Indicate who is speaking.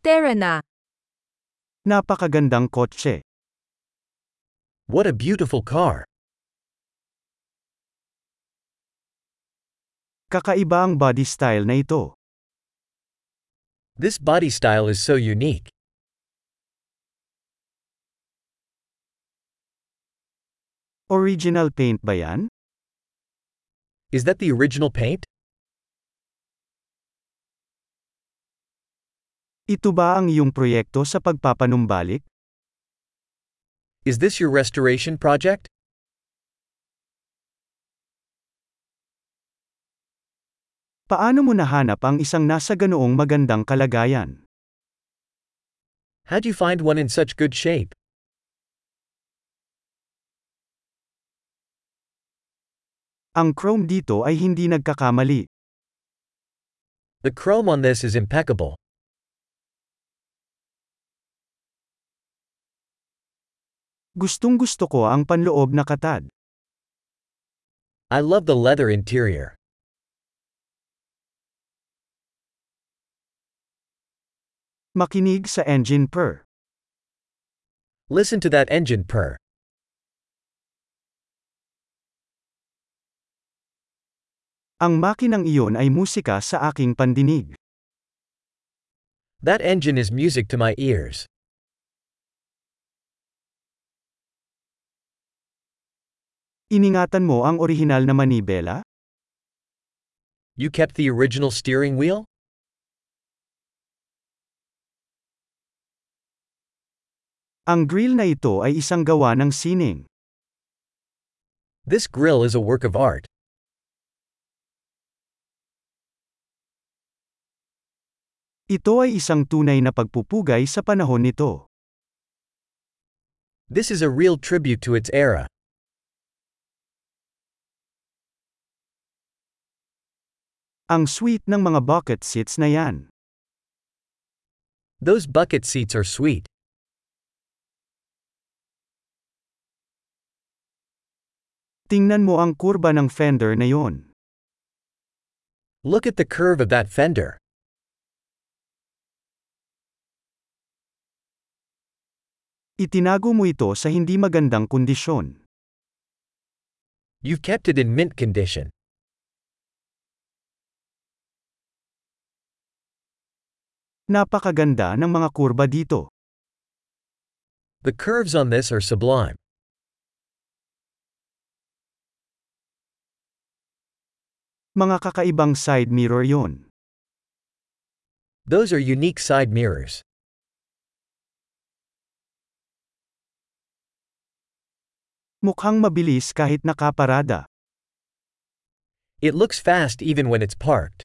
Speaker 1: Tara na.
Speaker 2: Napakagandang kotse.
Speaker 3: What a beautiful car.
Speaker 2: Kakaiba ang body style na ito.
Speaker 3: This body style is so unique.
Speaker 2: Original paint ba yan?
Speaker 3: Is that the original paint?
Speaker 2: Ito ba ang iyong proyekto sa pagpapanumbalik?
Speaker 3: Is this your restoration project?
Speaker 2: Paano mo nahanap ang isang nasa ganoong magandang kalagayan?
Speaker 3: How'd you find one in such good shape?
Speaker 2: Ang chrome dito ay hindi nagkakamali.
Speaker 3: The chrome on this is impeccable.
Speaker 2: Gustong gusto ko ang panloob na katad.
Speaker 3: I love the leather interior.
Speaker 2: Makinig sa engine purr.
Speaker 3: Listen to that engine purr.
Speaker 2: Ang makinang iyon ay musika sa aking pandinig.
Speaker 3: That engine is music to my ears.
Speaker 2: Iningatan mo ang orihinal na manibela?
Speaker 3: You kept the original steering wheel?
Speaker 2: Ang grill na ito ay isang gawa ng sining.
Speaker 3: This grill is a work of art.
Speaker 2: Ito ay isang tunay na pagpupugay sa panahon nito.
Speaker 3: This is a real tribute to its era.
Speaker 2: Ang sweet ng mga bucket seats na yan.
Speaker 3: Those bucket seats are sweet.
Speaker 2: Tingnan mo ang kurba ng fender na yon.
Speaker 3: Look at the curve of that fender.
Speaker 2: Itinago mo ito sa hindi magandang kondisyon.
Speaker 3: You've kept it in mint condition.
Speaker 2: Napakaganda ng mga kurba dito.
Speaker 3: The curves on this are sublime.
Speaker 2: Mga kakaibang side mirror yon.
Speaker 3: Those are unique side mirrors.
Speaker 2: Mukhang mabilis kahit nakaparada.
Speaker 3: It looks fast even when it's parked.